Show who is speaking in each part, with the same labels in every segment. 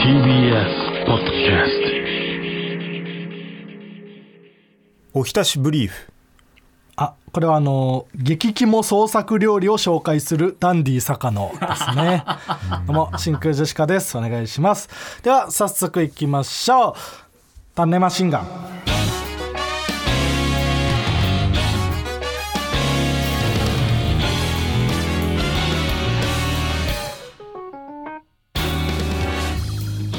Speaker 1: TBS ポッドキャスト
Speaker 2: おひたしブリーフ
Speaker 3: あこれはあの激肝創作料理を紹介するダンディ坂野ですねどうも真空ジェシカですお願いしますでは早速いきましょうタンネマシンガン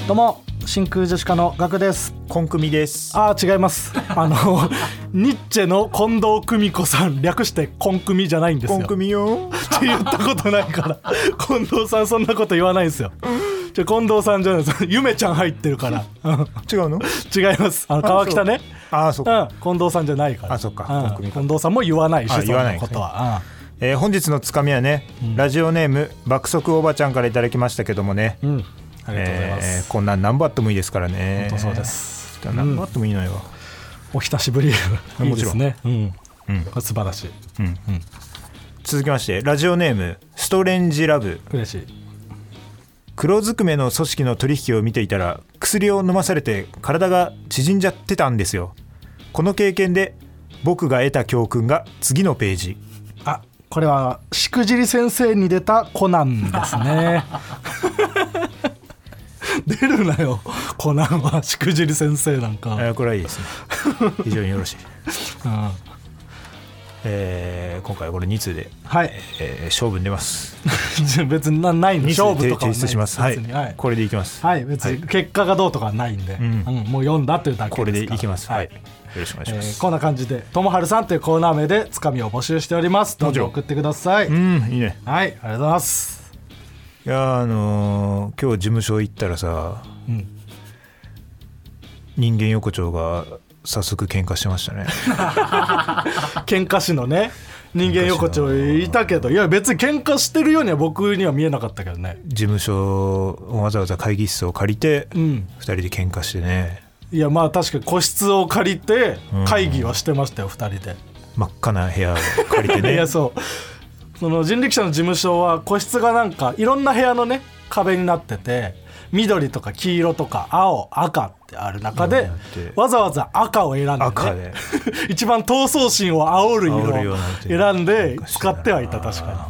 Speaker 3: どうも真空ジェシカのガクです
Speaker 2: コンクミです
Speaker 3: あー違いますあの ニッチェの近藤久美子さん略してコンクミじゃないんですよ
Speaker 2: コンクミよ
Speaker 3: って言ったことないから 近藤さんそんなこと言わないんですよじゃ近藤さんじゃないですゆめちゃん入ってるからうん
Speaker 2: 違うの
Speaker 3: 違いますあの川北ね
Speaker 2: ああそう
Speaker 3: うん
Speaker 2: か、
Speaker 3: 近藤さんじゃないから
Speaker 2: あそうか
Speaker 3: ん
Speaker 2: コンクミか
Speaker 3: 近藤さんも言わないし
Speaker 2: あ
Speaker 3: そん
Speaker 2: 言わない
Speaker 3: な
Speaker 2: で
Speaker 3: んこ
Speaker 2: すね
Speaker 3: とは、
Speaker 2: えー本日のつかみはね、ラジオネーム爆速おばちゃんからいただきましたけどもね、
Speaker 3: うんうんありがとうございま
Speaker 2: えー
Speaker 3: す、
Speaker 2: こんなん何バットもいいですからね
Speaker 3: 本当そうです
Speaker 2: 何バットもいいのよ、
Speaker 3: お久 しぶりいいですねうん
Speaker 2: うん
Speaker 3: これ素晴らしい
Speaker 2: 続きましてラジオネームストレンジラブ
Speaker 3: 嬉しい
Speaker 2: 黒ずくめの組織の取引を見ていたら薬を飲まされて体が縮んじゃってたんですよこの経験で僕が得た教訓が次のページ
Speaker 3: あこれはしくじり先生に出たコナンで すね出るなよコナンはしくじり先生なんか、
Speaker 2: えーこれはいいです ね非常によろしい、
Speaker 3: うん
Speaker 2: えー今回これ2通で、
Speaker 3: はい
Speaker 2: えー勝負に出ます
Speaker 3: 別になないん
Speaker 2: 2
Speaker 3: で勝
Speaker 2: 通で
Speaker 3: 負とかはない
Speaker 2: 提出しますはい、
Speaker 3: 別にはい
Speaker 2: これでいきます、
Speaker 3: はい別に結果がどうとかはないんで、
Speaker 2: ん
Speaker 3: うんもう読んだというだけですから
Speaker 2: これでいきますはい、よろしくお願いし
Speaker 3: え
Speaker 2: ます、
Speaker 3: ーこんな感じで「ともはるさん」というコーナー名でつかみを募集しておりますど
Speaker 2: も
Speaker 3: んどん
Speaker 2: ちろん
Speaker 3: 送ってください、
Speaker 2: うんいいね
Speaker 3: はいありがとうございます
Speaker 2: いやーあのー今日事務所行ったらさ、
Speaker 3: ん
Speaker 2: 人間横丁が早速喧嘩してま したね
Speaker 3: 喧嘩師のね人間横丁いたけどいや別に喧嘩してるようには僕には見えなかったけどね
Speaker 2: 事務所わざわざ会議室を借りて、二
Speaker 3: ん
Speaker 2: 2人で喧嘩してね
Speaker 3: いやまあ確かに個室を借りて会議はしてましたよ、二人で。
Speaker 2: 真っ赤な部屋を借りて ね
Speaker 3: いやそうその人力車の事務所は個室がなんかいろんな部屋のね壁になってて緑とか黄色とか青赤ってある中で
Speaker 2: うんで
Speaker 3: わざわざ赤を選んで,、ね、
Speaker 2: 赤で
Speaker 3: 一番闘争心を煽る
Speaker 2: 煽る
Speaker 3: 色
Speaker 2: よ
Speaker 3: を
Speaker 2: なんて
Speaker 3: 選んで使ってはいた確か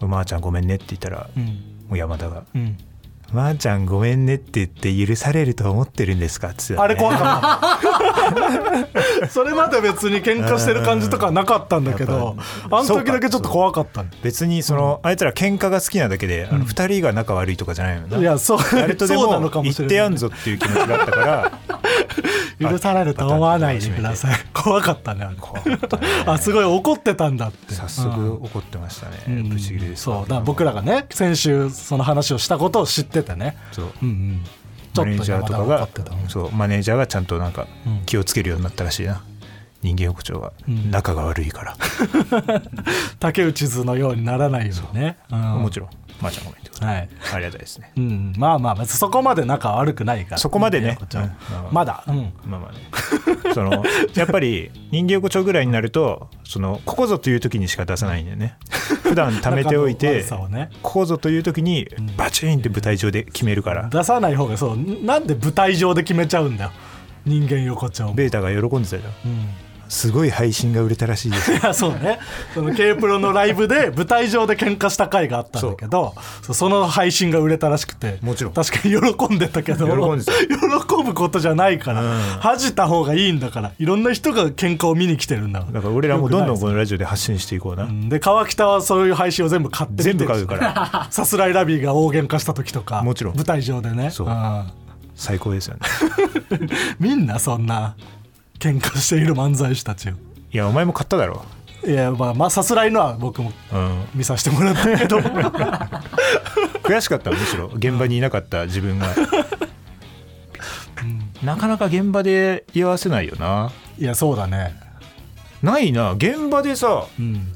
Speaker 2: うんまー、ちゃんごめんねって言ったら、もう山田が
Speaker 3: に、うん、
Speaker 2: 「まー、ちゃんごめんね」って言って許されると思ってるんですかっつってたね、
Speaker 3: あれ怖かっ たそれまで別に喧嘩してる感じとかはなかったんだけどあの時だけちょっと怖かったね
Speaker 2: 別にその、あいつら喧嘩が好きなだけで、あの2人が仲悪いとかじゃないのない
Speaker 3: やそう
Speaker 2: 誰とで
Speaker 3: そうな
Speaker 2: も
Speaker 3: のかもし
Speaker 2: 言って
Speaker 3: れない
Speaker 2: やんぞっていう気持ちがあった から
Speaker 3: 許されると思わないでください怖かったねあれあすごい怒ってたんだって
Speaker 2: 早速怒ってましたね、
Speaker 3: うん
Speaker 2: ブチギレです
Speaker 3: そうだから僕らがね先週その話をしたことを知っててね
Speaker 2: そう
Speaker 3: うんうんちょ
Speaker 2: マ
Speaker 3: っ
Speaker 2: ネー
Speaker 3: と
Speaker 2: ジャーとか
Speaker 3: 山田怒
Speaker 2: が
Speaker 3: ってた
Speaker 2: そうマネージャーがちゃんとなんか
Speaker 3: うん
Speaker 2: 気をつけるようになったらしいな、人間横丁が、
Speaker 3: ん
Speaker 2: 仲が悪いから、
Speaker 3: 竹内図のようにならないようにねうん
Speaker 2: もちろんまー、ちゃんごめんってこと、
Speaker 3: はい
Speaker 2: ありがたいですね
Speaker 3: うんまあまあ別にそこまで仲悪くないから
Speaker 2: そこまでね
Speaker 3: いいよこっちは
Speaker 2: うんまあまあ
Speaker 3: まだうん
Speaker 2: まあまあね そのやっぱり人間横丁ぐらいになるとそのここぞという時にしか出さないんだよね普段貯めておい て、
Speaker 3: 仲の悪さをね
Speaker 2: ここぞという時にバチーンって舞台上で決めるから、
Speaker 3: 出さない方がそうなんで舞台上で決めちゃうんだよ人間横丁も
Speaker 2: ベータが喜んでたじゃん
Speaker 3: うん
Speaker 2: すごい配信が売れたらしいです よ
Speaker 3: いや そうねその K プロのライブで舞台上で喧嘩した回があったんだけどそうその配信が売れたらしくて
Speaker 2: もちろん
Speaker 3: 確かに喜んでたけど
Speaker 2: 喜んでた
Speaker 3: 喜ぶことじゃないから、
Speaker 2: うん
Speaker 3: 恥じた方がいいんだからいろんな人が喧嘩を見に来てるんだから
Speaker 2: だから俺らもどんどんこ
Speaker 3: よくない
Speaker 2: のラジオで発信していこうな、
Speaker 3: ですで川北はそういう配信を全部買って
Speaker 2: 全部買
Speaker 3: 買
Speaker 2: うから
Speaker 3: ら さすらいラビーが大喧嘩した時とか
Speaker 2: もちろん
Speaker 3: 舞台上でね
Speaker 2: そうん最高ですよね
Speaker 3: みんなそんな喧嘩している漫才師たちを
Speaker 2: いやお前も買っただろ
Speaker 3: いやまあまあさすらいのは僕も
Speaker 2: うん
Speaker 3: 見させてもらったけど
Speaker 2: 悔しかったむしろ現場にいなかった自分が、なかなか現場で居合わせないよない
Speaker 3: やそうだね
Speaker 2: ないな現場でさ
Speaker 3: うん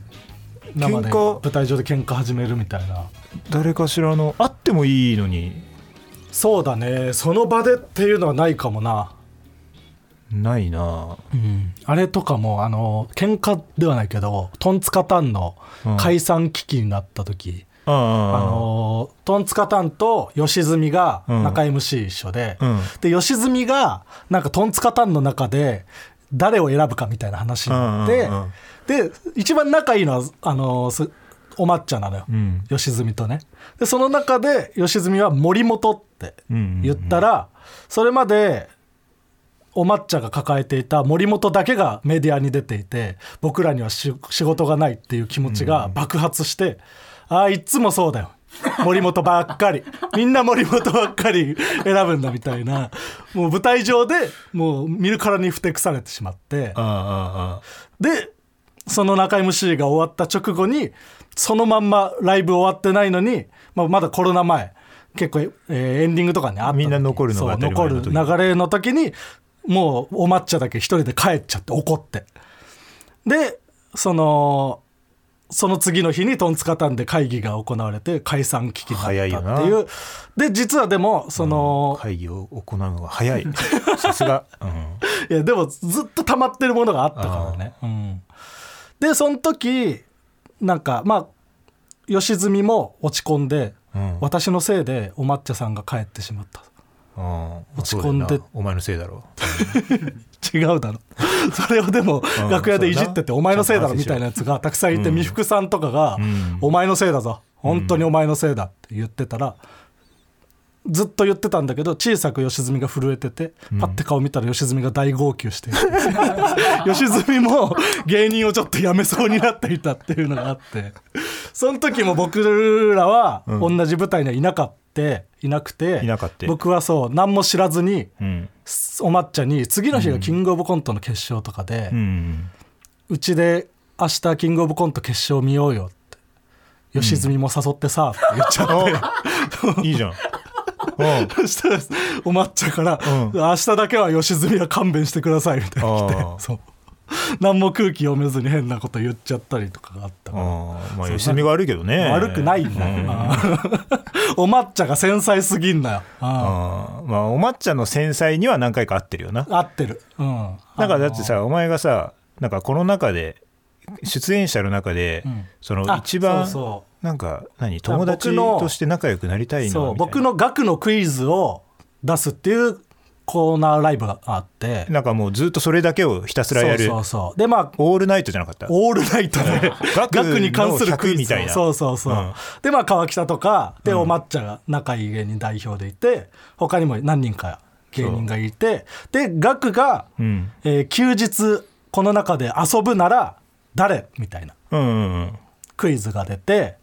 Speaker 3: 生で
Speaker 2: 喧嘩
Speaker 3: 舞台上で喧嘩始めるみたいな
Speaker 2: 誰かしらのあってもいいのに
Speaker 3: そうだねその場でっていうのはないかもな
Speaker 2: ないな
Speaker 3: あれとかもあの喧嘩ではないけどトンツカタンの解散危機になった時、
Speaker 2: あ
Speaker 3: あ
Speaker 2: あ
Speaker 3: のトンツカタンと吉住が
Speaker 2: うん
Speaker 3: 中 MC 一緒で、
Speaker 2: うん
Speaker 3: で吉住がなんかトンツカタンの中で誰を選ぶかみたいな話になって、
Speaker 2: うんうんうん
Speaker 3: で一番仲いいのはあのすお抹茶なのよ、
Speaker 2: ん
Speaker 3: 吉住とねでその中で吉住は森本って言ったら、それまでお抹茶が抱えていた森本だけがメディアに出ていて僕らにはし仕事がないっていう気持ちが爆発して、ああいつもそうだよ森本ばっ かりみんな森本ばっかり選ぶんだみたいなもう舞台上でもう見るからにふてくされてしまって
Speaker 2: ああああ
Speaker 3: でその中 MC が終わった直後にそのまんまライブ終わってないのに、まあ、まだコロナ前結構、えーエンディングとかねあった時
Speaker 2: みんな残るのが当たり前の時
Speaker 3: そう残る流れの時にもうお抹茶だけ一人で帰っちゃって怒ってでそのその次の日にトンツカタンで会議が行われて解散危機に
Speaker 2: 早い
Speaker 3: な
Speaker 2: よ
Speaker 3: った
Speaker 2: な
Speaker 3: っていうで実はでもその、
Speaker 2: 会議を行うのが早い さすが、うん
Speaker 3: いやでもずっと溜まってるものがあったからね、うんでその時なんかまあ吉住も落ち込んで、
Speaker 2: うん
Speaker 3: 私のせいでお抹茶さんが帰ってしまった
Speaker 2: うん
Speaker 3: 落ち込ん
Speaker 2: そ
Speaker 3: で
Speaker 2: うだよなお前のせいだろ
Speaker 3: 違うだろ それをでも
Speaker 2: うん
Speaker 3: 楽屋でいじって
Speaker 2: そうだ
Speaker 3: て「
Speaker 2: な
Speaker 3: お前のせいだろ」
Speaker 2: ちゃんと反省しろ
Speaker 3: みたいなやつがたくさんいて美福さんとかが
Speaker 2: ん
Speaker 3: 「お前のせいだぞ本当にお前のせいだ」って言ってたらずっと言ってたんだけど小さく良純が震えててパッて顔見たら良純が大号泣していて 良純も芸人をちょっとやめそうになっていたっていうのがあってその時も僕らは同じ舞台にはいなかった。いなくて
Speaker 2: いなかった
Speaker 3: 僕はそう何も知らずに
Speaker 2: うん
Speaker 3: お抹茶に次の日がキングオブコントの決勝とかで
Speaker 2: うん
Speaker 3: うち、で明日キングオブコント決勝見ようよって吉住も誘ってさって言っちゃって、
Speaker 2: いい じゃんうん
Speaker 3: そしたらお抹茶から、
Speaker 2: うん
Speaker 3: 明日だけは吉住は勘弁してください」みたいなの来
Speaker 2: ああ
Speaker 3: てそう何も空気読めずに変なこと言っちゃったりとかがあったから。
Speaker 2: ああまあ吉住が悪いけどね
Speaker 3: 悪くないんだよ、 ああお抹茶が繊細すぎんだよ、あ
Speaker 2: ああまあお抹茶の繊細には何回か合ってるよな
Speaker 3: あ合ってる、うん、
Speaker 2: なんかだってさお前がさなんかこの中で出演者の中で、
Speaker 3: ん
Speaker 2: そ
Speaker 3: あ
Speaker 2: の一番
Speaker 3: そうそう
Speaker 2: なんか何
Speaker 3: か
Speaker 2: 友
Speaker 3: ら僕
Speaker 2: 達
Speaker 3: の
Speaker 2: として仲良くなりたい
Speaker 3: そ
Speaker 2: の
Speaker 3: う
Speaker 2: みたいな
Speaker 3: 僕の額のクイズを出すっていうコーナーライブがあって
Speaker 2: なんかもうずっとそれだけをひたすらやる
Speaker 3: そうそうそうでまあ
Speaker 2: オールナイトじゃなかった
Speaker 3: オールナイトで
Speaker 2: 額の
Speaker 3: 額に関するクイ
Speaker 2: 100
Speaker 3: ズを
Speaker 2: みたいな
Speaker 3: そうそうそう、
Speaker 2: うん
Speaker 3: でまあ川北とかで
Speaker 2: うん
Speaker 3: お抹茶が仲いい芸人代表でいて他にも何人か芸人がいてで額が、
Speaker 2: うん
Speaker 3: えー休日この中で遊ぶなら誰みたいな
Speaker 2: うんうんうん
Speaker 3: クイズが出て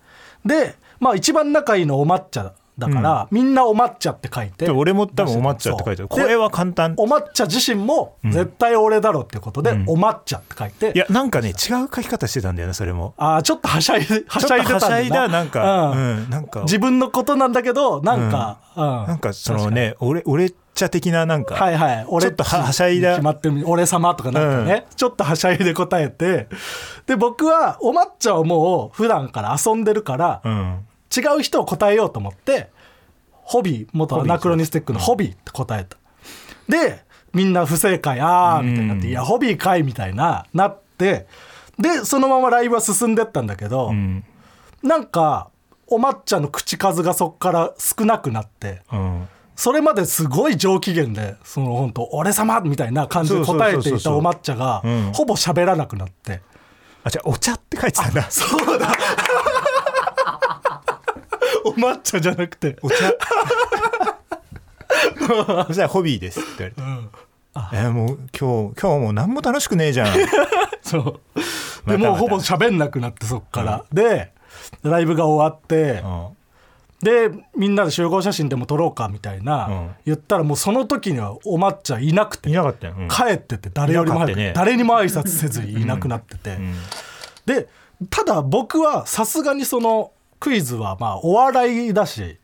Speaker 3: でまあ一番仲いいのお抹茶だから、みんなお抹茶って書いて
Speaker 2: で俺も多分お抹茶って書いてあるこれは簡単
Speaker 3: お抹茶自身も絶対俺だろってことで、お抹茶って書いて
Speaker 2: いやなんかね違う書き方してたんだよねそれも
Speaker 3: あーちょっとはしゃいはしゃいでたんだよ
Speaker 2: ちょっとはしゃいだなんか
Speaker 3: う
Speaker 2: うんなんか
Speaker 3: 自分のことなんだけどなんか、うん
Speaker 2: なんかそのね俺俺茶的ななんか、
Speaker 3: はいはい俺
Speaker 2: ちょっとははしゃいだ
Speaker 3: 決まってる俺様とかなんかね、ちょっとはしゃいで答えてで僕はお抹茶をもう普段から遊んでるから、
Speaker 2: うん
Speaker 3: 違う人を答えようと思ってホビー元アナクロニスティックのホビーって答えたでみんな不正解あーみたいになって、いやホビーかいみたいななってでそのままライブは進んでったんだけど、なんかお抹茶の口数がそっから少なくなって
Speaker 2: うん
Speaker 3: それまですごい上機嫌でその本当俺様みたいな感じで答えて
Speaker 2: そうそうそう
Speaker 3: い
Speaker 2: そ
Speaker 3: た
Speaker 2: う
Speaker 3: お抹茶が
Speaker 2: うん
Speaker 3: ほぼ喋らなくなって。
Speaker 2: あじゃあお茶って書いてたんだ
Speaker 3: そうだ お抹茶じゃなくて
Speaker 2: お茶 そしたらホビーですって言われて、えーもう今日今日もう何も楽しくねえ じゃん
Speaker 3: そう。
Speaker 2: ま
Speaker 3: で
Speaker 2: たまた
Speaker 3: もうほぼ喋んなくなってそっから、でライブが終わって、でみんなで集合写真でも撮ろうかみたいな、
Speaker 2: うん
Speaker 3: 言ったらもうその時にはお抹茶いなく
Speaker 2: う
Speaker 3: て
Speaker 2: んいなかったよ、うん
Speaker 3: 帰ってて誰よりも早く、
Speaker 2: いなかったね
Speaker 3: 誰にも挨拶せずいなくなってて、でただ僕はさすがにそのクイズはまあお笑いだし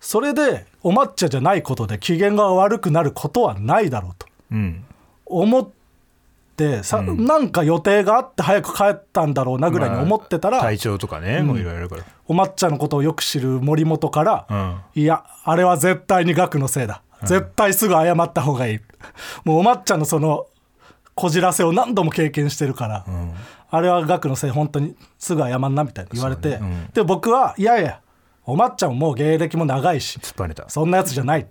Speaker 3: それでお抹茶じゃないことで機嫌が悪くなることはないだろうと
Speaker 2: うん
Speaker 3: 思ってさ、なんか予定があって早く帰ったんだろうなぐらいに思ってたら、
Speaker 2: まあ体調とかね、もういろいろあるから
Speaker 3: お抹茶のことをよく知る森本から、いやあれは絶対に額のせいだ絶対すぐ謝った方がいい、もうお抹茶のそのこじらせを何度も経験してるから、あれは額のせい本当にすぐ謝んなみたいに言われて、で僕はいやいやお抹茶ももう芸歴も長いし
Speaker 2: 突っ張ねた
Speaker 3: そんなやつじゃない、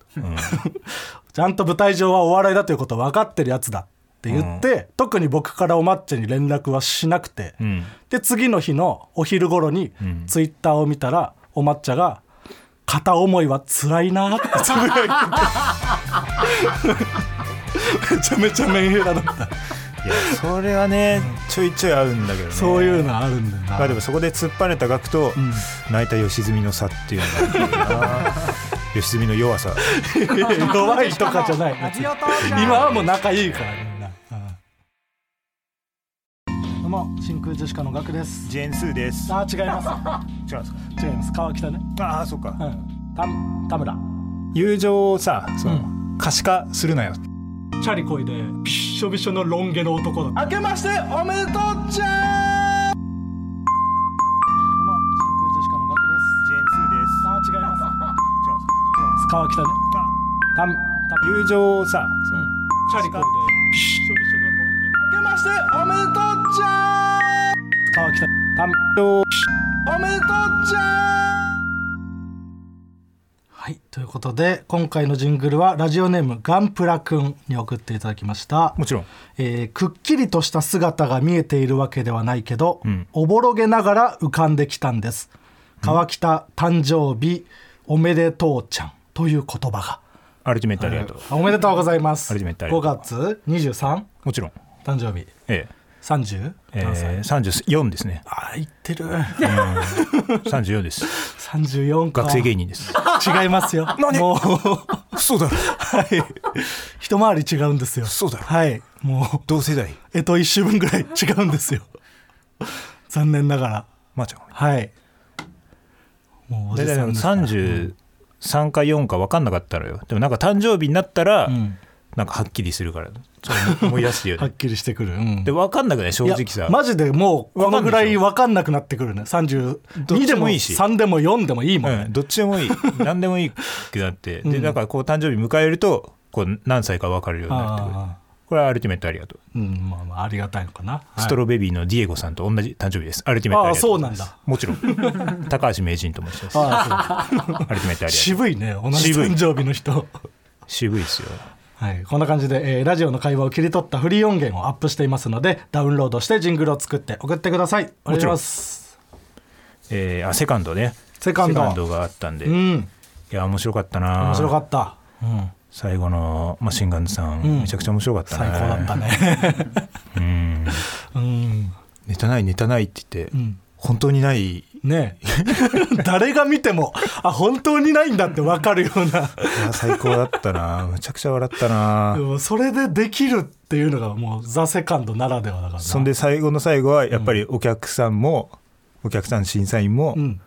Speaker 3: ちゃんと舞台上はお笑いだということ分かってるやつだって言って、特に僕からお抹茶に連絡はしなくて、で次の日のお昼頃にツイッターを見たらお抹茶が「片思いは辛いな」ってつぶやい てめちゃめちゃメンヘラだった
Speaker 2: いやそれはねちょいちょい合うんだけどね
Speaker 3: そういうのあるんだよな
Speaker 2: まあでもそこで突っぱねた額と泣いた良純の差っていうのがあるんだよ な良純の弱さ
Speaker 3: 弱いとかじゃない別に今はもう仲いいからみんな、うんどうも真空ジェシカのガクです
Speaker 2: ジェーンスーです
Speaker 3: あー違いま
Speaker 2: 違うんです
Speaker 3: す違います川北ね
Speaker 2: かああそっか
Speaker 3: うん田田村
Speaker 2: 友情をさその、
Speaker 3: う
Speaker 2: 可視化するなよ
Speaker 3: チャリこいでびっしょびしょのロン毛の男だ明けましておめでとうちゃんどうも真空ジェシカのガクです
Speaker 2: ジェーンス
Speaker 3: あー違いま
Speaker 2: ーで
Speaker 3: す
Speaker 2: す
Speaker 3: 違います川北ね田田村
Speaker 2: 友情をさその、
Speaker 3: チャリこいでびっしょびしょのロン毛の明けましておめでとうちゃん川北田村おめでとうちゃんはいということで今回のジングルはラジオネームガンプラくんに送っていただきました
Speaker 2: もちろん
Speaker 3: えーくっきりとした姿が見えているわけではないけど、おぼろげながら浮かんできたんです川北誕生日おめでとうちゃんという言葉が
Speaker 2: アルティメットありがとう、
Speaker 3: あおめでとうございます
Speaker 2: ありがとう
Speaker 3: 5月 23?
Speaker 2: もちろん
Speaker 3: 誕生日
Speaker 2: え
Speaker 3: 30
Speaker 2: ええー、34ですね
Speaker 3: あー言ってる
Speaker 2: 34です
Speaker 3: 34か
Speaker 2: 学生芸人です
Speaker 3: 違いま すよもう
Speaker 2: そうだろ
Speaker 3: はい一回り違うんですよ
Speaker 2: そうだろ
Speaker 3: はいも
Speaker 2: 同世代
Speaker 3: うえと一周分ぐらい違うんですよ残念ながら
Speaker 2: まー、ちゃん
Speaker 3: はい。もうお
Speaker 2: 大体
Speaker 3: じ
Speaker 2: で
Speaker 3: さ
Speaker 2: も
Speaker 3: んですから
Speaker 2: 33か4か分かんなかったのよでもなんか誕生日になったら、
Speaker 3: ん
Speaker 2: なんかはっきりするからそう思い出すよ
Speaker 3: はっ
Speaker 2: ね
Speaker 3: きりしてくる。うん
Speaker 2: で分かんなくない正
Speaker 3: いや
Speaker 2: 直さ
Speaker 3: マジでもうこのぐらい
Speaker 2: わ
Speaker 3: 分かんなくなってくる
Speaker 2: ど
Speaker 3: ね
Speaker 2: っ
Speaker 3: 32
Speaker 2: ち
Speaker 3: で
Speaker 2: で
Speaker 3: も
Speaker 2: もいいし
Speaker 3: 3でも4でもいいもん
Speaker 2: う
Speaker 3: ね
Speaker 2: ん、、どっちでもいい何でもいいってなってでなんかこう誕生日迎えるとこう何歳か分かるようになってくる
Speaker 3: ああ
Speaker 2: これはアルティメットありがとう、
Speaker 3: うんまあまあありがたいのかな、はい
Speaker 2: ストロベビーのディエゴさんと同じ誕生日ですアルティメットありがとうございます
Speaker 3: ああ
Speaker 2: もちろ ん高橋名人と申しますアル
Speaker 3: ああ
Speaker 2: ティメットありが
Speaker 3: そう
Speaker 2: とう
Speaker 3: 渋いね同じ
Speaker 2: 渋い
Speaker 3: 誕生日の人
Speaker 2: 渋いですよ
Speaker 3: はいこんな感じで、えーラジオの会話を切り取ったフリー音源をアップしていますのでダウンロードしてジングルを作って送ってくださいお願いします
Speaker 2: えーあセカンドね
Speaker 3: セカンド
Speaker 2: があったんで、
Speaker 3: う
Speaker 2: い
Speaker 3: ん
Speaker 2: や面白かったな
Speaker 3: 面白かった、うん、
Speaker 2: 最後のマシンガンズさん、めちゃくちゃ面白かったね
Speaker 3: 最高だったね
Speaker 2: うん
Speaker 3: うん
Speaker 2: ネタないネタないって言って、
Speaker 3: ん
Speaker 2: 本当にない
Speaker 3: ね え誰が見てもあ本当にないんだって分かるよう ない
Speaker 2: や最高だった なむちゃくちゃ笑ったな
Speaker 3: でもそれでできるっていうのがもうザ・セカンドならではだからな
Speaker 2: そんで最後の最後はやっぱりお客さんも、お客さん審査員も、
Speaker 3: うん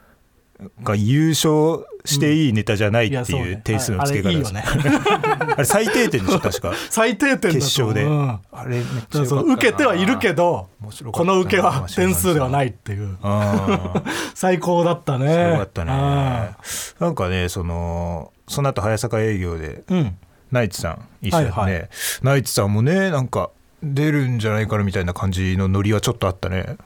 Speaker 2: が優勝していいネタじゃないって
Speaker 3: そ
Speaker 2: いう
Speaker 3: ね
Speaker 2: 点数の付け
Speaker 3: あれい
Speaker 2: 方
Speaker 3: い
Speaker 2: で
Speaker 3: よ
Speaker 2: す、
Speaker 3: ね
Speaker 2: あれ最低点でしょ確か
Speaker 3: 最低点だと思う
Speaker 2: 決勝で、
Speaker 3: うん
Speaker 2: あれめっちゃ
Speaker 3: だから
Speaker 2: 良かっ
Speaker 3: そ
Speaker 2: た
Speaker 3: う
Speaker 2: な
Speaker 3: 受けてはいるけど
Speaker 2: 面白か
Speaker 3: こ
Speaker 2: ったな
Speaker 3: の受けは点数ではないっていう
Speaker 2: ああ
Speaker 3: 最高だったね
Speaker 2: よかったね
Speaker 3: あ
Speaker 2: なんかねそのその後早坂営業で
Speaker 3: あうん
Speaker 2: ナイツさん一緒だね、
Speaker 3: はいはい
Speaker 2: ナイツさんもねなんか出るんじゃないかなみたいな感じのノリはちょっとあったね、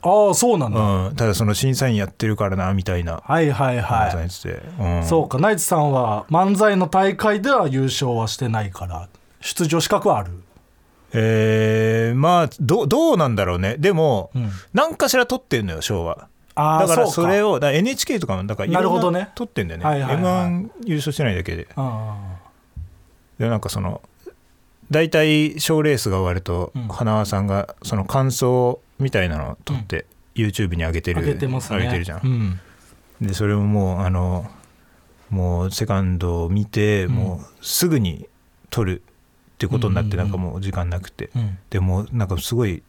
Speaker 3: ああそうなんだ、
Speaker 2: うん、ただその審査員やってるからなみたいな
Speaker 3: はいはい
Speaker 2: 話さ
Speaker 3: は
Speaker 2: れ
Speaker 3: い
Speaker 2: てて、うん
Speaker 3: そうかナイツさんは漫才の大会では優勝はしてないから出場資格はある
Speaker 2: えーまあどどうなんだろうねでも、何かしら取ってんのよ賞は
Speaker 3: あ
Speaker 2: だ
Speaker 3: あ
Speaker 2: から
Speaker 3: そう
Speaker 2: そ
Speaker 3: か
Speaker 2: れをだから NHK とかもだからいろん
Speaker 3: なるほどね
Speaker 2: 取ってんだよね、
Speaker 3: はいはいはい
Speaker 2: m 1優勝してないだけで
Speaker 3: あ
Speaker 2: でなんかその大体賞レースが終わると、
Speaker 3: ん
Speaker 2: 花輪さんがその感想みたいなのを取って、YouTube に上げてる
Speaker 3: 上げてますね
Speaker 2: 上げてるじゃん、
Speaker 3: うん
Speaker 2: でそれをもうあのもうセカンドを見て、もうすぐに撮るってことになって、なんかもう時間なくて、
Speaker 3: うん
Speaker 2: でもうなんかすごい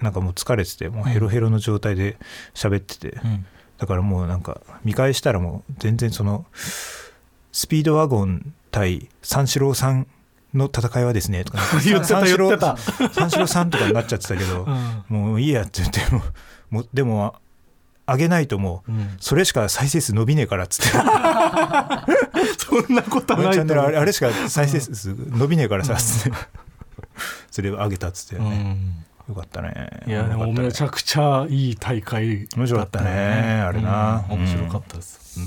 Speaker 2: なんかもう疲れててもうヘロヘロの状態で喋ってて、
Speaker 3: ん
Speaker 2: だからもうなんか見返したらもう全然そのスピードワゴン対三四郎さんの戦いはですねとか
Speaker 3: 言ってた
Speaker 2: 三四郎
Speaker 3: 言ってた
Speaker 2: 三四郎さんとかになっちゃってたけど、
Speaker 3: うん
Speaker 2: もういいやって言ってももうでもあげないともう、
Speaker 3: うん
Speaker 2: それしか再生数伸びねえからっつって
Speaker 3: そんなこと
Speaker 2: 俺
Speaker 3: は
Speaker 2: の
Speaker 3: ない
Speaker 2: チ
Speaker 3: と
Speaker 2: ャンネル
Speaker 3: 思う
Speaker 2: あれあれしか再生数伸びねえからさ、つ ってそれを上げたっつって
Speaker 3: う
Speaker 2: ね、
Speaker 3: ん
Speaker 2: よかったね
Speaker 3: いやでも
Speaker 2: よ
Speaker 3: めち
Speaker 2: かっ
Speaker 3: ゃくちゃいい大会
Speaker 2: 面白かったねあれな
Speaker 3: うん面白かったです、
Speaker 2: たね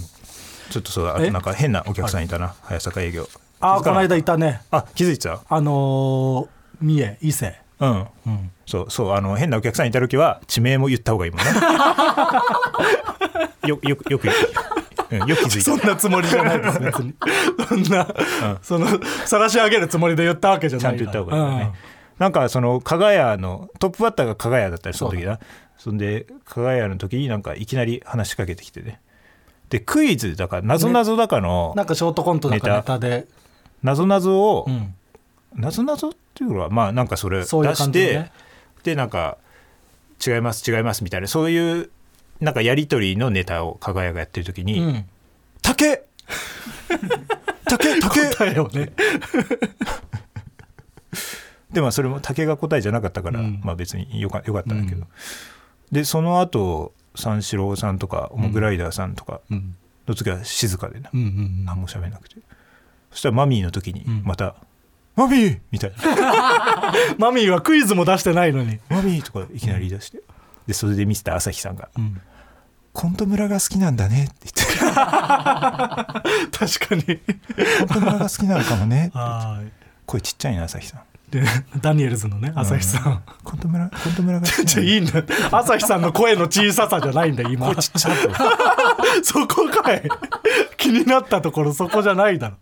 Speaker 2: ちょっとそうだあと
Speaker 3: え
Speaker 2: なんか変なお客さんいたな、早坂営業気づ
Speaker 3: あ
Speaker 2: か
Speaker 3: あこ
Speaker 2: な
Speaker 3: の間いたね
Speaker 2: あ気づいてた
Speaker 3: あのー、三重伊勢
Speaker 2: うん、
Speaker 3: ん
Speaker 2: そうそうあの変なお客さんいた時は地名も言った方がいいもんね よよくよくよく、うん、よく気づいた
Speaker 3: そんなつもりじゃないです別にそんな、その探し上げるつもりで言ったわけじゃ
Speaker 2: ちゃ
Speaker 3: なん
Speaker 2: と
Speaker 3: い
Speaker 2: 言った方
Speaker 3: 方
Speaker 2: がいいよね、なんかその加賀屋のトップバッターが加賀屋だったりその時なそんで加賀屋の時になんかいきなり話しかけてきてねでクイズだからなぞなぞだかの
Speaker 3: なんかショートコントなんかネ
Speaker 2: ネ
Speaker 3: タ
Speaker 2: タ
Speaker 3: で、
Speaker 2: なぞなぞを
Speaker 3: うん
Speaker 2: なぞなぞっていうのはまあなんかそれ出
Speaker 3: そういう
Speaker 2: し
Speaker 3: 感じで
Speaker 2: て
Speaker 3: ね
Speaker 2: でなんか違います違いますみたいなそういうなんかやり取りのネタを加賀屋がやってる時に、
Speaker 3: うん、
Speaker 2: 竹竹竹
Speaker 3: 答えをね
Speaker 2: でまあそれも竹が答えじゃなかったから、
Speaker 3: うん
Speaker 2: まあ別によかよかったんだけど、
Speaker 3: うん
Speaker 2: でその後三四郎さんとかオモグライダーさんとか
Speaker 3: うん
Speaker 2: の時は静かでな、
Speaker 3: うんうん
Speaker 2: 何も喋んなくてそしたらマミーの時に
Speaker 3: ん
Speaker 2: また「マミー!」みたいな
Speaker 3: マミーはクイズも出してないのに
Speaker 2: 「マミー!」とかいきなり言い出してでそれで見せた朝日さんが
Speaker 3: ん
Speaker 2: 「コント村が好きなんだね」って言っ
Speaker 3: 確かに
Speaker 2: て「コント村が好きなのかもね」
Speaker 3: は
Speaker 2: 声ちっちゃいな朝日さん
Speaker 3: いでダニエルズのね朝日さん、
Speaker 2: コント村コント村が 好き
Speaker 3: じ
Speaker 2: な
Speaker 3: ゃ
Speaker 2: の
Speaker 3: いいんだ朝日さんの声の小ささじゃないんだ今
Speaker 2: 声ちっちゃいと
Speaker 3: そこかい気になったところそこじゃないだろ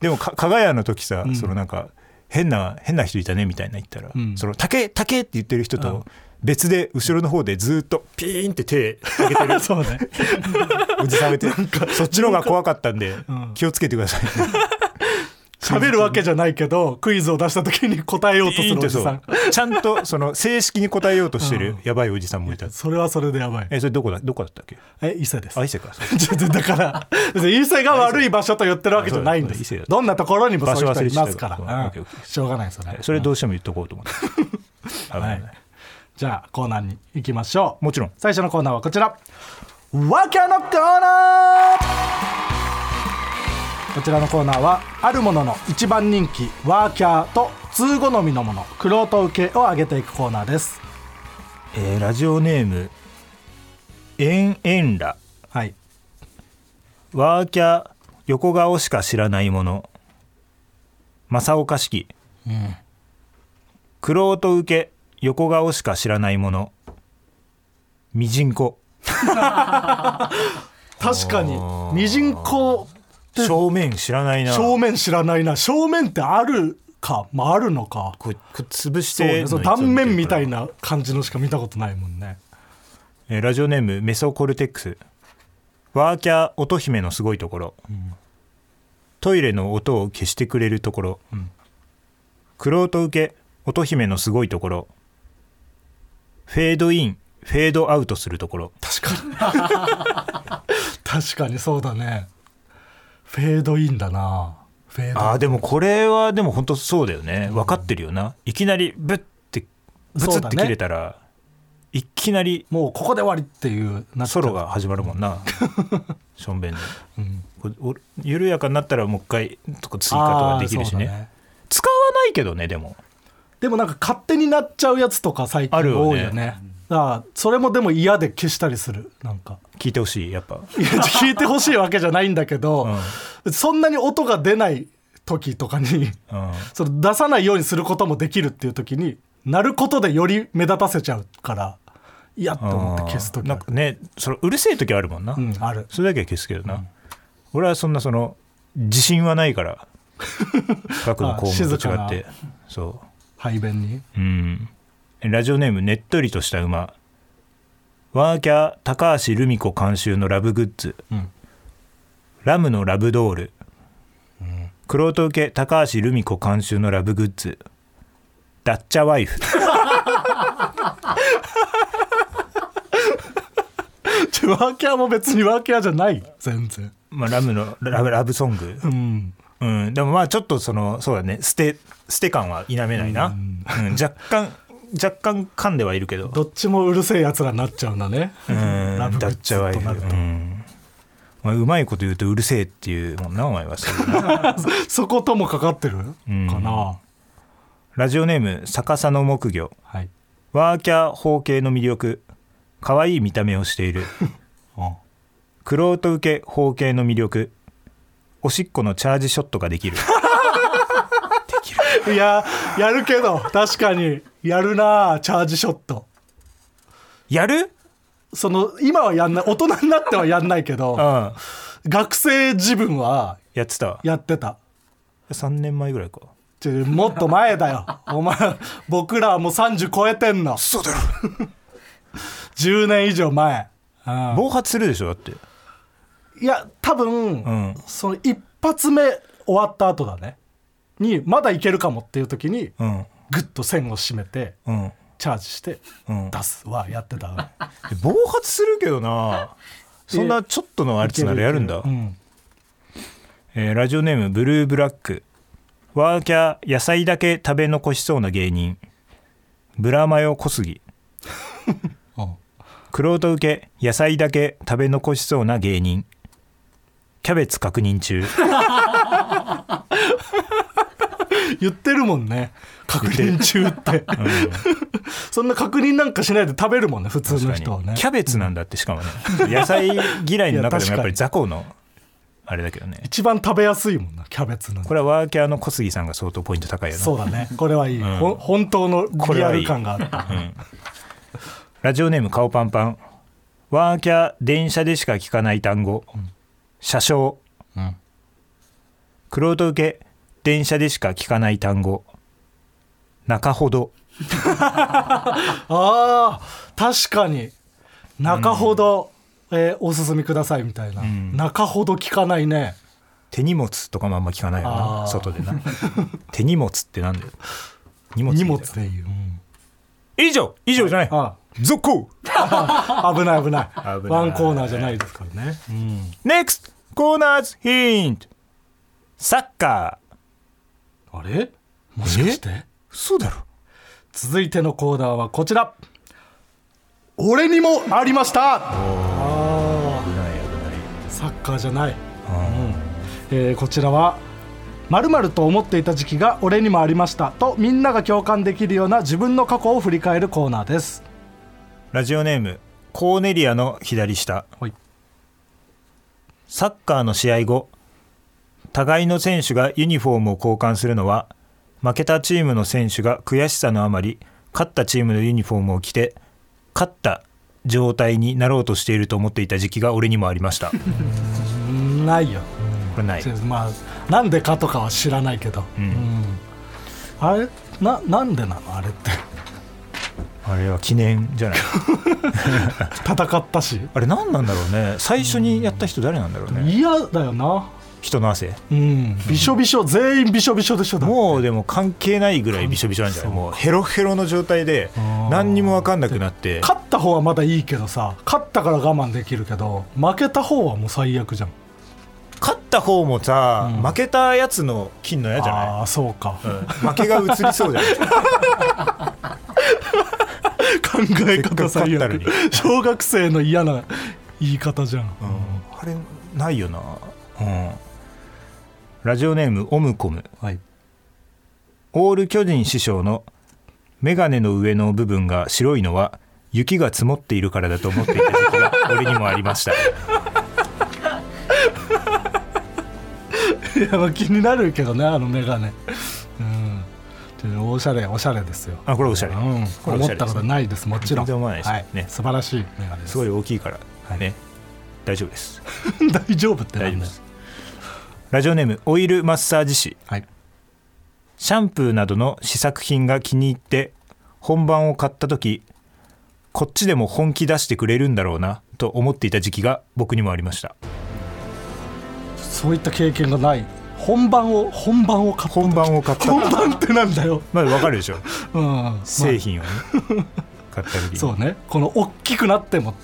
Speaker 2: でもか加賀屋の時さ、そのなんか変な変な人いたねみたいな言ったら、
Speaker 3: ん
Speaker 2: その竹竹って言ってる人と別で後ろの方でずっとピーンって手上げて る
Speaker 3: そうね
Speaker 2: おじさんがいてそっちの方が怖かったんで、気をつけてください、
Speaker 3: 喋るわけじゃないけどクイズを出した時に答えようとす
Speaker 2: ピーンっ
Speaker 3: る お
Speaker 2: て
Speaker 3: じ
Speaker 2: そ
Speaker 3: さん
Speaker 2: うちゃんとその正式に答えようとしてるやばいおじさんもいた、
Speaker 3: それはそれでやばい
Speaker 2: えそれどこだどこだったっけ
Speaker 3: え伊勢です
Speaker 2: あ伊勢かそう
Speaker 3: ちょっとだから別に伊勢が悪い場所と言ってるわけじゃないん
Speaker 2: あ
Speaker 3: で
Speaker 2: そうだ
Speaker 3: す
Speaker 2: そうだ伊勢
Speaker 3: どんなところにもそういう
Speaker 2: 場所
Speaker 3: 人
Speaker 2: 忘れ
Speaker 3: い
Speaker 2: てた
Speaker 3: ますか
Speaker 2: そうオ
Speaker 3: ら
Speaker 2: ッ
Speaker 3: う
Speaker 2: ケー
Speaker 3: ん
Speaker 2: オッケー
Speaker 3: しょうがないですよね
Speaker 2: それどうしても言っとこうと思って 危ない危ない
Speaker 3: じゃあコーナーに行きましょう
Speaker 2: もちろん
Speaker 3: 最初のコーナーはこちらわけのコーナーこちらのコーナーはあるものの一番人気ワーキャーと通好みのものクロート受けを上げていくコーナーです
Speaker 2: えーラジオネームエンエンラ
Speaker 3: はい
Speaker 2: ワーキャー横顔しか知らないもの正岡式うん玄人受け横顔しか知らないものミジンコ
Speaker 3: 確かにミジンコで
Speaker 2: 正面知らないな
Speaker 3: 正面知らないな正面ってあるか、まあ、あるのか
Speaker 2: こうこう潰し
Speaker 3: そう
Speaker 2: て
Speaker 3: ねそう断面みたい
Speaker 2: な、
Speaker 3: な感じのしか見たことないもんね
Speaker 2: えーラジオネームメソコルテックスワーキャー乙姫のすごいところ、トイレの音を消してくれるところ、クロート受け乙姫のすごいところフェードインフェードアウトするところ
Speaker 3: 確かに 確かにそうだねフェードインだなフェード
Speaker 2: あーでもこれはでも本当そうだよね分かってるよな、いきなりブッてブツ
Speaker 3: そう
Speaker 2: っ
Speaker 3: だ
Speaker 2: て
Speaker 3: ね
Speaker 2: 切れたら、いきなり
Speaker 3: もうここで終わりっていうなっちゃ
Speaker 2: ソ
Speaker 3: う
Speaker 2: ロが始まるもん なしょんべんで、これお緩やかになったらもう一回とか追加とかできるしね
Speaker 3: あーそうだね
Speaker 2: 使わないけどねでも
Speaker 3: でもなんか勝手になっちゃうやつとか最近
Speaker 2: あるよね
Speaker 3: 多いよねだからそれもでも嫌で消したりするなん か
Speaker 2: 聞いてほしいやっぱ
Speaker 3: いや聞いてほしいわけじゃないんだけど、そんなに音が出ない時とかに、
Speaker 2: ん
Speaker 3: その出さないようにすることもできるっていう時になることでより目立たせちゃうから嫌って思って消す時
Speaker 2: な
Speaker 3: あ
Speaker 2: ん
Speaker 3: る
Speaker 2: かねそれうるせえ時あるもんな、
Speaker 3: うんある
Speaker 2: それだけは消すけどな、俺はそんなその自信はないから 各の項目と違
Speaker 3: あ
Speaker 2: っ
Speaker 3: 静
Speaker 2: て
Speaker 3: か
Speaker 2: そ
Speaker 3: 排便に
Speaker 2: ううんラジオネームねっとりとした馬ワーキャー高橋留美子監修のラブグッズ、ラムのラブドール、クロート受け高橋留美子監修のラブグッズダッチャワ イフ
Speaker 3: ちし ワーキャーも別にワーキャーじゃない全然
Speaker 2: まあ、ラムのラブラブソング、
Speaker 3: うん
Speaker 2: うん、でもまあちょっとそのそうだね捨て捨て感は否めないな、うん若干若干噛んではいるけど
Speaker 3: どっちもうるせえやつらになっちゃうんだね
Speaker 2: うん
Speaker 3: ラブグ
Speaker 2: だ
Speaker 3: ッ
Speaker 2: っ
Speaker 3: ズ
Speaker 2: ちゃわい
Speaker 3: となると
Speaker 2: うんお前うまいこと言うとうるせえっていうもんなお 前はそれな
Speaker 3: そこともかかってるか
Speaker 2: ん
Speaker 3: な
Speaker 2: ラジオネーム逆さの木魚
Speaker 3: はい
Speaker 2: ワーキャー方形の魅力可愛い見た目をしてい る
Speaker 3: あ
Speaker 2: クロート受け方形の魅力おしっこのチャージショットができる
Speaker 3: いややるけど確かにやるなチャージショット
Speaker 2: やる
Speaker 3: その今はやんない大人になってはやんないけ
Speaker 2: う
Speaker 3: ど
Speaker 2: ん
Speaker 3: 学生自分は
Speaker 2: やってたわ
Speaker 3: やってた
Speaker 2: 3年前ぐらいか
Speaker 3: ちょもっと前だよお前僕らはもう30超えてんの
Speaker 2: そうだろ
Speaker 3: 10年以上前、うん
Speaker 2: 暴発するでしょだって
Speaker 3: いや多分、
Speaker 2: うん
Speaker 3: その一発目終わった後だねにまだいけるかもっていう時に
Speaker 2: うん
Speaker 3: グッと線を締めて
Speaker 2: うん
Speaker 3: チャージして
Speaker 2: うん
Speaker 3: 出すはやってた
Speaker 2: 暴発するけどなそんなちょっとのあれつならやるんだ
Speaker 3: うん
Speaker 2: えーラジオネームブルーブラックワーキャー野菜だけ食べ残しそうな芸人ブラマヨ小 杉クロート受け野菜だけ食べ残しそうな芸人キャベツ確認中
Speaker 3: 言ってるもんね確認中って、 そんな確認なんかしないで食べるもんね普通の
Speaker 2: 確
Speaker 3: 人
Speaker 2: か
Speaker 3: は
Speaker 2: に
Speaker 3: ね
Speaker 2: キャベツなんだってしかもね野菜嫌いの中でもやっぱ
Speaker 3: いや確かに
Speaker 2: り雑魚のあれだけどね
Speaker 3: 一番食べやすいもんなキャベツなんて
Speaker 2: これはワーキャーの小杉さんが相当ポイント高いよな
Speaker 3: そうだねこれはいい、ほん本当の
Speaker 2: こ
Speaker 3: リ
Speaker 2: れ
Speaker 3: ア
Speaker 2: はいい
Speaker 3: ル感があった
Speaker 2: ラジオネーム顔パンパンワーキャー電車でしか聞かない単語、車掌、クロート受け電車でしか聞かない単語中ほど
Speaker 3: あー確かに中ほど、えーお進みくださいみたいな、中ほど聞かないね
Speaker 2: 手荷物とかもあんま聞かないよ
Speaker 3: あ
Speaker 2: な
Speaker 3: ー
Speaker 2: 外でな 手荷物ってなんだよ荷物
Speaker 3: 荷
Speaker 2: みたい
Speaker 3: 物
Speaker 2: な
Speaker 3: でいう、
Speaker 2: 以上以上じゃない
Speaker 3: あ
Speaker 2: 続行
Speaker 3: あ危ない危ない
Speaker 2: 危ない
Speaker 3: ワンコーナーじゃないですからね、
Speaker 2: NEXT コーナーズヒントサッカー
Speaker 3: あれもしかして
Speaker 2: そうだろ
Speaker 3: 続いてのコーナーはこちら俺にもありました
Speaker 2: 危ない危ない
Speaker 3: サッカーじゃない、うんえーこちらは〇〇と思っていた時期が俺にもありましたとみんなが共感できるような自分の過去を振り返るコーナーです
Speaker 2: ラジオネームコーネリアの左下
Speaker 3: はい
Speaker 2: サッカーの試合後互いの選手がユニフォームを交換するのは負けたチームの選手が悔しさのあまり勝ったチームのユニフォームを着て勝った状態になろうとしていると思っていた時期が俺にもありましたこ
Speaker 3: ないよ、
Speaker 2: れない
Speaker 3: まあなんでかとかは知らないけど、うんあれななんでなのあれって
Speaker 2: あれは記念じゃない
Speaker 3: 戦ったし
Speaker 2: あれ何なんだろうね最初にやった人誰なんだろうね
Speaker 3: 嫌だよな
Speaker 2: 人の汗
Speaker 3: うんびしょびしょ全員びしょびしょでしょだって
Speaker 2: もうでも関係ないぐらいびしょびしょなんじゃないもうヘロヘロの状態で何にも分かんなくなって
Speaker 3: 勝った方はまだいいけどさ勝ったから我慢できるけど負けた方はもう最悪じゃん
Speaker 2: 勝った方もさ、負けたやつの金の矢じゃない
Speaker 3: ああそうか、
Speaker 2: 負けが移りそうじゃない
Speaker 3: 考え方最
Speaker 2: せ
Speaker 3: 悪
Speaker 2: っかく勝
Speaker 3: 小学生の嫌な言い方じゃん、
Speaker 2: あれないよな、うん、ラジオネームオムコム
Speaker 3: はい
Speaker 2: オール巨人師匠の眼鏡の上の部分が白いのは雪が積もっているからだと思っていた時期が俺にもありました
Speaker 3: やまあ気になるけどねあの眼鏡うんちょっとおしゃれおしゃれですよ
Speaker 2: あこれおしゃれ、
Speaker 3: うん、
Speaker 2: これお
Speaker 3: 思
Speaker 2: しゃれ
Speaker 3: っ
Speaker 2: です
Speaker 3: たことないですもちろん
Speaker 2: 全然思わないです
Speaker 3: はい
Speaker 2: ね
Speaker 3: 素晴らしい眼鏡ですす
Speaker 2: ごい大きいから、ね大丈夫です
Speaker 3: 大丈夫ってな
Speaker 2: 大
Speaker 3: んだよ
Speaker 2: 丈夫です ラジオネームオイルマッサージ師
Speaker 3: はい、
Speaker 2: シャンプーなどの試作品が気に入って本番を買った時こっちでも本気出してくれるんだろうなと思っていた時期が僕にもありました
Speaker 3: そういった経験がない本番を本番を買った
Speaker 2: 本番を買った
Speaker 3: 本番ってなんだよ、
Speaker 2: まだわかるでしょ
Speaker 3: うんまあ
Speaker 2: 製品をね買った時に
Speaker 3: そうねこの大きくなっても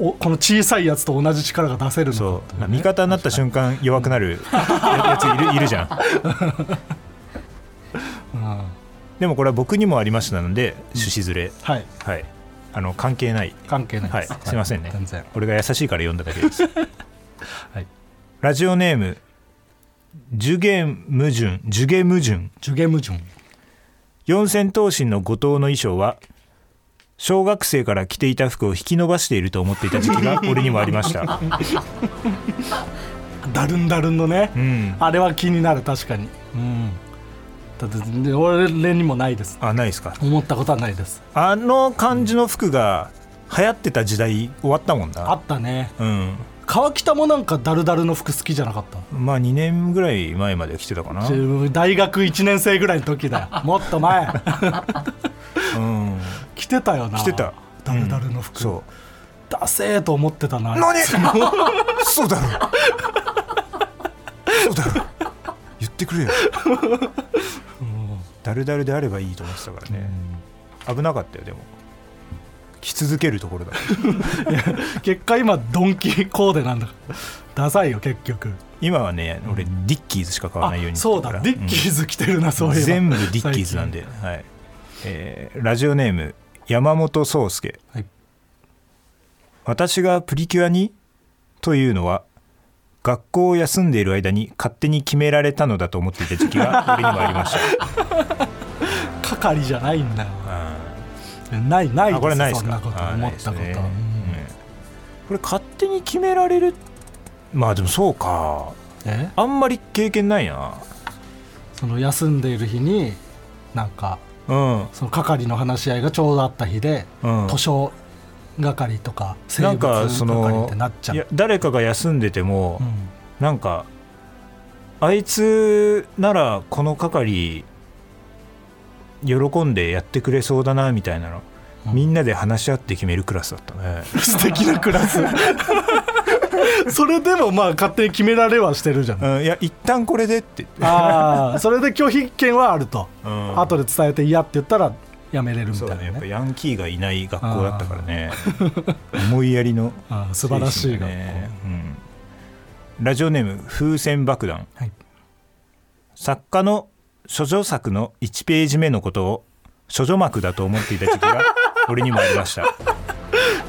Speaker 3: おこの小さいやつと同じ力が出せるの
Speaker 2: そ
Speaker 3: か
Speaker 2: う味方になった瞬間弱くなるやつい るいるじゃん
Speaker 3: うん
Speaker 2: でもこれは僕にもありましたので趣旨ずれ
Speaker 3: はい
Speaker 2: はいあの関係ない
Speaker 3: 関係ない
Speaker 2: はい
Speaker 3: です、
Speaker 2: すいませんね
Speaker 3: 全然
Speaker 2: 俺が優しいから読んだだけ です
Speaker 3: はい
Speaker 2: ラジオネーム受験矛盾受験矛盾
Speaker 3: 受験矛盾
Speaker 2: 四千頭身の後藤の衣装は小学生から着ていた服を引き伸ばしていると思っていた時期が俺にもありました
Speaker 3: ダルンダルンのね、
Speaker 2: うん
Speaker 3: あれは気になる確かにうんだってで俺にもないです
Speaker 2: あないですか
Speaker 3: 思ったことはないです
Speaker 2: あの感じの服が流行ってた時代終わったもん
Speaker 3: あ
Speaker 2: な
Speaker 3: ったね
Speaker 2: うん
Speaker 3: 川北もなんかダルダルの服好きじゃなかった
Speaker 2: まあ2年ぐらい前まで着てたかな
Speaker 3: 中大学1年生ぐらいの時だ よもっと前
Speaker 2: うん
Speaker 3: 着てたよな
Speaker 2: 着てた
Speaker 3: ダルダルの服、
Speaker 2: そ
Speaker 3: ダセーと思ってたな
Speaker 2: う 何そうだろそうだろ言ってくれよダルダルであればいいと思ってたからね危なかったよでも着続けるところだ
Speaker 3: 結果今ドンキコーデなんだからダサいよ結局
Speaker 2: 今はね俺ディッキーズしか買わ
Speaker 3: あ
Speaker 2: ないようにして
Speaker 3: そう
Speaker 2: るから
Speaker 3: だディッキーズ着てるな、そういえば
Speaker 2: 全部ディッキーズなんで、はいえーラジオネーム山本壮介、
Speaker 3: はい
Speaker 2: 私がプリキュアにというのは学校を休んでいる間に勝手に決められたのだと思っていた時期 が俺にもありました
Speaker 3: 係じゃないんだよ
Speaker 2: あ
Speaker 3: ないないで
Speaker 2: ー
Speaker 3: す
Speaker 2: あこれないです
Speaker 3: そんな
Speaker 2: か
Speaker 3: こと
Speaker 2: あー
Speaker 3: 思ったこと
Speaker 2: な
Speaker 3: は、
Speaker 2: いですね
Speaker 3: うん
Speaker 2: うんこれ勝手に決められるまあでもそうか
Speaker 3: え
Speaker 2: あんまり経験ないな
Speaker 3: その休んでいる日になんか
Speaker 2: うん、うん、
Speaker 3: その係の話し合いがちょうどあった日で、図書係とか生
Speaker 2: な
Speaker 3: 物
Speaker 2: んかそ
Speaker 3: 係っ
Speaker 2: の
Speaker 3: てなっちゃ
Speaker 2: いや
Speaker 3: う、
Speaker 2: 誰かが休んでても、
Speaker 3: うん
Speaker 2: なんかあいつならこの係喜んでやってくれそうだなみたいなの、
Speaker 3: うん
Speaker 2: みんなで話し合って決めるクラスだったね
Speaker 3: 素敵なクラ スそれでもまあ勝手に決められはしてるじゃん
Speaker 2: うんいや一旦これでって言って
Speaker 3: ああそれで拒否権はあると、
Speaker 2: うん
Speaker 3: 後で伝えて嫌って言ったらやめれるみた
Speaker 2: そ
Speaker 3: いうな
Speaker 2: だね
Speaker 3: ね
Speaker 2: やっぱヤンキーがいない学校だったからね思いやりの
Speaker 3: あー素晴らしい
Speaker 2: 精神
Speaker 3: 学
Speaker 2: だ
Speaker 3: 校、
Speaker 2: ねうん、ラジオネーム風船爆弾
Speaker 3: はい、
Speaker 2: 作家の処女作の1ページ目のことを処女膜だと思っていた時期が俺にもありました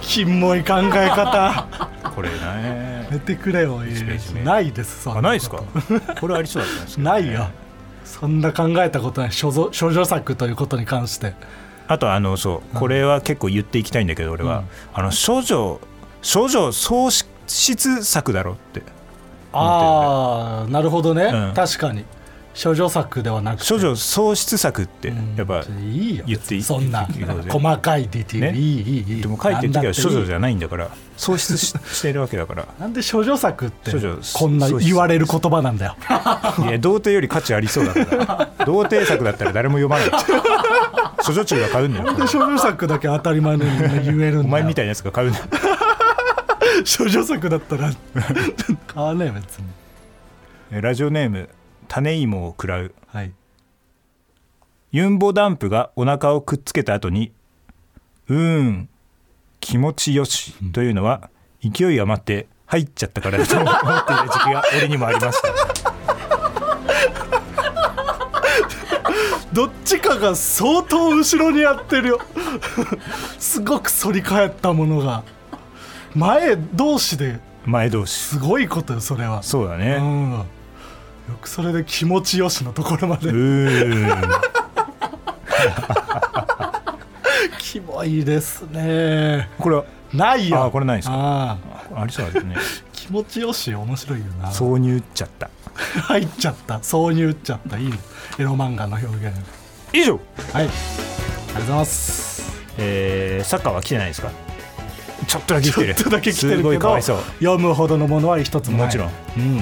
Speaker 3: キモい考え方
Speaker 2: これね
Speaker 3: やめてくれよ
Speaker 2: 一ページ目
Speaker 3: ないですそん
Speaker 2: あ
Speaker 3: こと
Speaker 2: ないですかこれありそうだったんですけど
Speaker 3: な
Speaker 2: ね
Speaker 3: いよそんな考えたことない処女処女作ということに関して
Speaker 2: あとあのそうこれは結構言っていきたいんだけど俺は、
Speaker 3: うん
Speaker 2: あの処女処女喪失作だろって
Speaker 3: ああなるほどね、
Speaker 2: うん
Speaker 3: 確かに処女作ではなくて
Speaker 2: 処女喪失作って
Speaker 3: うん
Speaker 2: やっぱ、
Speaker 3: いいよ
Speaker 2: 言っていい
Speaker 3: そんな
Speaker 2: 言っていい
Speaker 3: 細かいディティール、
Speaker 2: ね
Speaker 3: いいいいいい
Speaker 2: でも書いてる時は処女じ
Speaker 3: ゃ
Speaker 2: ゃないんだから喪失 ししてるわけだから
Speaker 3: なんで処女作って
Speaker 2: 処女
Speaker 3: こんな
Speaker 2: そうです
Speaker 3: 言われる言葉なんだよ
Speaker 2: いや童貞より価値ありそうだ から童貞作だったら誰も読まない処女中が買うんだよ
Speaker 3: なんで処女作だけ当たり前のように言えるんだよ
Speaker 2: お前みたいなやつが買うんだよ
Speaker 3: 処女作だったら買わねえ別に
Speaker 2: えラジオネーム種芋を食らう
Speaker 3: はい
Speaker 2: ユンボダンプがお腹をくっつけた後に「うーん気持ちよし」というのは勢い余って入っちゃったからだと思っていた時期が俺にもありました
Speaker 3: どっちかが相当後ろにやってるよすごく反り返ったものが前同士で
Speaker 2: 前同士
Speaker 3: すごいことよそれは
Speaker 2: そうだ
Speaker 3: う
Speaker 2: ね
Speaker 3: んよくそれで気持ちよしのところま
Speaker 2: う
Speaker 3: で
Speaker 2: ーん
Speaker 3: キモいですね
Speaker 2: これは
Speaker 3: ないよ
Speaker 2: あーこれないですか
Speaker 3: あー
Speaker 2: ありそうですね
Speaker 3: 気持ちよし面白いよな
Speaker 2: 挿入っちゃった
Speaker 3: 入っちゃった挿入っちゃったいいのエロ漫画の表現
Speaker 2: 以上
Speaker 3: はいありがとうございます
Speaker 2: えーサッカーは来てないですかちょっとだけ来
Speaker 3: ち
Speaker 2: て
Speaker 3: ょ
Speaker 2: る
Speaker 3: っとだけ来てるけど
Speaker 2: すごいかわいそう
Speaker 3: 読むほどのものは一つもない
Speaker 2: もちろん
Speaker 3: うん、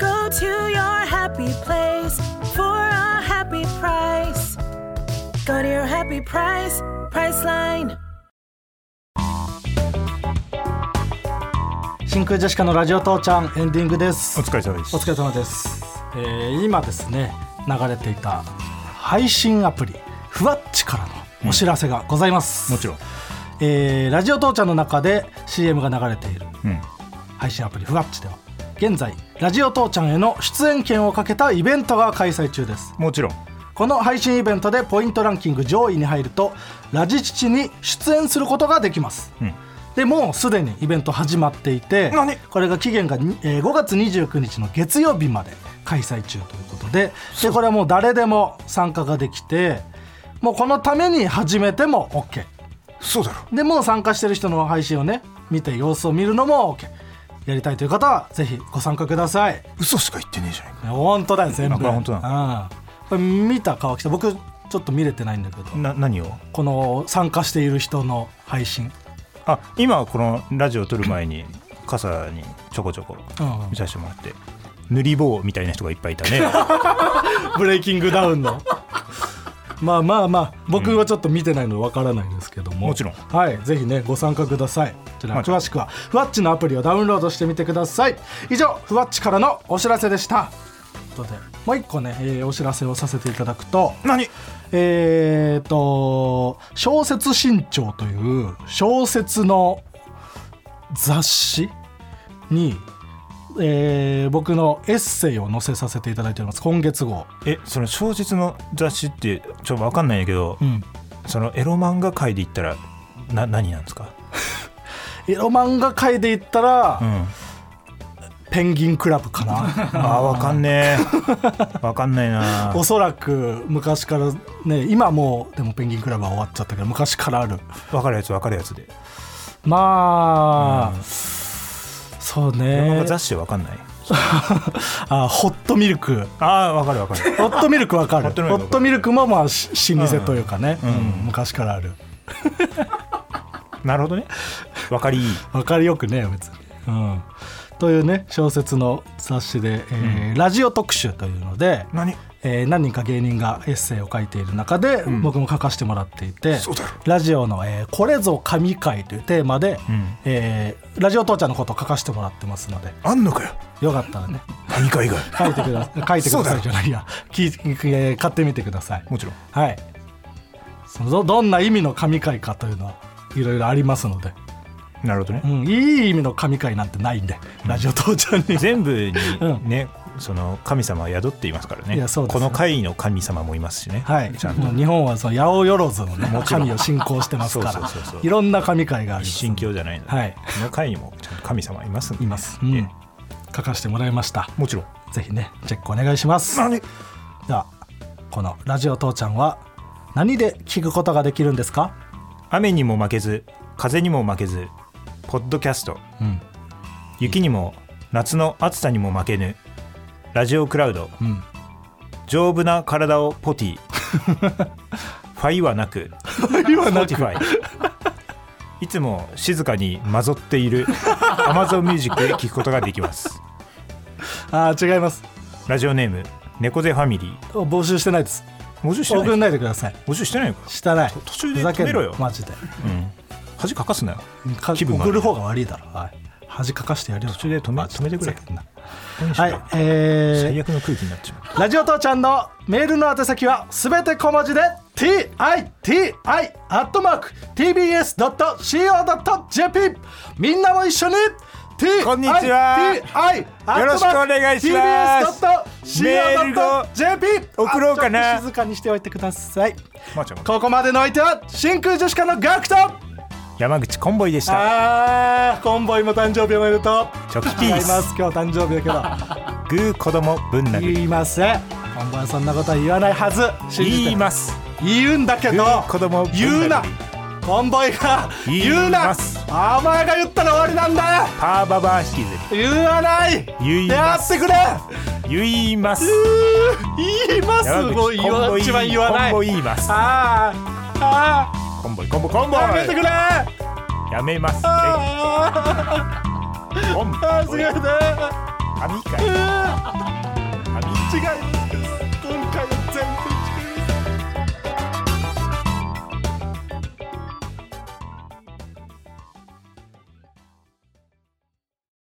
Speaker 4: Go to your happy place for a happy price. Go to your happy price, Priceline.
Speaker 3: 真空ジェシカのラジオ父ちゃんエンディングです
Speaker 2: お疲れ様です
Speaker 3: お疲れ様です、えー今ですね流れていた配信アプリふわっちからのお知らせがございます、
Speaker 2: もちろん
Speaker 3: えーラジオ父ちゃんの中で CM が流れている
Speaker 2: うん
Speaker 3: 配信アプリふわっちでは現在ラジオ父ちゃんへの出演権をかけたイベントが開催中です
Speaker 2: もちろん
Speaker 3: この配信イベントでポイントランキング上位に入るとラジチチに出演することができます、
Speaker 2: ん
Speaker 3: でもうすでにイベント始まっていて
Speaker 2: 何
Speaker 3: これが期限が、にえー5月29日の月曜日まで開催中ということででこれはもう誰でも参加ができてもうこのために始めても OK
Speaker 2: そうだろ
Speaker 3: でもう参加してる人の配信をね見て様子を見るのも OK やりたいという方はぜひご参加ください
Speaker 2: 嘘しか言ってねえじゃないか
Speaker 3: 本当だよ全部
Speaker 2: あこれ本当
Speaker 3: うん、これ見た川北僕ちょっと見れてないんだけど
Speaker 2: な何を
Speaker 3: この参加している人の配信
Speaker 2: あ今このラジオを撮る前に傘にちょこちょこ
Speaker 3: うんうん
Speaker 2: 見させてもらって塗り棒みたいな人がいっぱいいたね
Speaker 3: ブレイキングダウンのまあまあまあ僕はちょっと見てないのでわからないですけども、
Speaker 2: もちろん
Speaker 3: はいぜひねご参加くださいこちら
Speaker 2: はい
Speaker 3: 詳しくはふわっちのアプリをダウンロードしてみてください以上ふわっちからのお知らせでしたということでもう一個ね、えーお知らせをさせていただくと
Speaker 2: 何
Speaker 3: えー、と「小説新潮」という小説の雑誌に、えー僕のエッセイを載せさせていただいております今月号、
Speaker 2: えその小説の雑誌ってちょっと分かんないんだけど、そのエロ漫画界で言ったらな何なんですか、
Speaker 3: エロ漫画界で言ったら、
Speaker 2: うん、
Speaker 3: ペンギンクラブかな
Speaker 2: あ分かんねえ分かんないな
Speaker 3: おそらく昔からね今もうでもペンギンクラブは終わっちゃったけど昔からある
Speaker 2: 分かるやつ分かるやつで、
Speaker 3: まあ、そう
Speaker 2: なん
Speaker 3: ね
Speaker 2: か雑誌分かんない
Speaker 3: あホットミルク
Speaker 2: ああ分かる分かる
Speaker 3: ホットミルクわか
Speaker 2: ホ
Speaker 3: る。
Speaker 2: ッ
Speaker 3: ホ
Speaker 2: トミルクわかる
Speaker 3: ットミルクもまあし老舗というかね、
Speaker 2: うんうん
Speaker 3: うん昔からある。
Speaker 2: なるほどね分かりいい
Speaker 3: わかりよくね別に。うん。というね小説の雑誌で、えーラジオ特集というので、
Speaker 2: 何
Speaker 3: えー何人か芸人がエッセイを書いている中で、僕も書かせてもらっていて
Speaker 2: そうだろ
Speaker 3: ラジオの、えーこれぞ神回」というテーマで、
Speaker 2: ん
Speaker 3: えーラジオ父ちゃんのことを書かせてもらってますので
Speaker 2: あんのかよ
Speaker 3: よかった らね
Speaker 2: 神回が
Speaker 3: 書いて くだ書いてく
Speaker 2: そう
Speaker 3: だ
Speaker 2: だ
Speaker 3: さ
Speaker 2: ろ
Speaker 3: いじゃないや聞いてえー買ってみてください。
Speaker 2: もちろん
Speaker 3: はい。そのどどんな意味の神回かというのはいろいろありますので、
Speaker 2: なるほどね
Speaker 3: う、ん、いい意味の神回なんてないんで、ラジオ父ちゃん に。
Speaker 2: 全部に
Speaker 3: うん
Speaker 2: ね、その神様は宿っていますからね
Speaker 3: いやそうです
Speaker 2: この会の神様もいますしね、
Speaker 3: はい、
Speaker 2: ちゃんと
Speaker 3: もう日本はその八百万の、ね、神を信仰してます か
Speaker 2: そう
Speaker 3: ら
Speaker 2: そうそうそう
Speaker 3: いろんな神回があります
Speaker 2: 一神教じゃないので、
Speaker 3: はい
Speaker 2: この会にもちゃんと神様いますんで
Speaker 3: います、
Speaker 2: え
Speaker 3: う
Speaker 2: え
Speaker 3: ん、書かせてもらいました
Speaker 2: もちろん
Speaker 3: ぜひねチェックお願いします
Speaker 2: 何
Speaker 3: ではこの「ラジオ父ちゃん」は何で聞くことができるんですか
Speaker 2: 雨にも負けず風にも負けずポッドキャスト、
Speaker 3: ん
Speaker 2: 雪にも夏の暑さにも負けぬラジオクラウド、
Speaker 3: ん
Speaker 2: 丈夫な体をポテ ィファイはなく
Speaker 3: 今
Speaker 2: ポティファイいつも静かにまぞってい る Amazon Music で聞くことができます
Speaker 3: あー違います
Speaker 2: ラジオネーム猫背ファミリー
Speaker 3: 募集してないです
Speaker 2: 募集して
Speaker 3: 送ん
Speaker 2: ない
Speaker 3: ないでください
Speaker 2: 募集してないのか
Speaker 3: したない
Speaker 2: と途中で
Speaker 3: ふざけんな
Speaker 2: 止めろよ
Speaker 3: マジで
Speaker 2: 恥かかすなよ
Speaker 3: か
Speaker 2: 気分悪い
Speaker 3: 送る方が悪いだろ、はい、恥かかしてやるよ
Speaker 2: 途中で止め
Speaker 3: マジ
Speaker 2: 止めてくれ
Speaker 3: ふざけんな
Speaker 2: は
Speaker 3: はいえ
Speaker 2: 最悪の空気になっちまう
Speaker 3: ー、ラジオ父ちゃんのメールの宛先はすべて小文字で TITI.tbs.co.jp みんなも一緒に TITI
Speaker 2: こんにちはよろしくお願いしますメールを
Speaker 3: TBS.co.jp
Speaker 2: 送ろうかな
Speaker 3: あちょっと静かにしておいてください
Speaker 2: まー、ちゃんも
Speaker 3: ここまでの相手は真空ジェシカのガクト
Speaker 2: 山口コンボイでした
Speaker 3: あーコンボイも誕生日おめでとう
Speaker 2: チョキピース
Speaker 3: 違います今日誕生日だ
Speaker 2: グー子供ぶん
Speaker 3: けど
Speaker 2: 殴り
Speaker 3: 言いませんコンボイはそんなことは言わないはず信じて
Speaker 2: 言います
Speaker 3: 言うんだけ
Speaker 2: グ
Speaker 3: ど
Speaker 2: ー子供ぶん殴り
Speaker 3: 言うなコンボイが言う
Speaker 2: 言い
Speaker 3: な
Speaker 2: ます
Speaker 3: お前が言ったら終わりなんだ
Speaker 2: パーババー引きず
Speaker 3: 言わない
Speaker 2: り言い
Speaker 3: や
Speaker 2: ま
Speaker 3: っ
Speaker 2: す
Speaker 3: てくれ
Speaker 2: 言います
Speaker 3: 言います
Speaker 2: 山口
Speaker 3: もう言
Speaker 2: コンボ
Speaker 3: わ
Speaker 2: いい
Speaker 3: 一番言わない
Speaker 2: コンボ言います
Speaker 3: あああ
Speaker 2: コンボイコンボコンボ
Speaker 3: あやめてくれあ
Speaker 2: やめますえ
Speaker 3: あ
Speaker 2: いコンボ
Speaker 3: ああすごいね
Speaker 2: 神回
Speaker 3: うわ
Speaker 2: 神
Speaker 3: 違う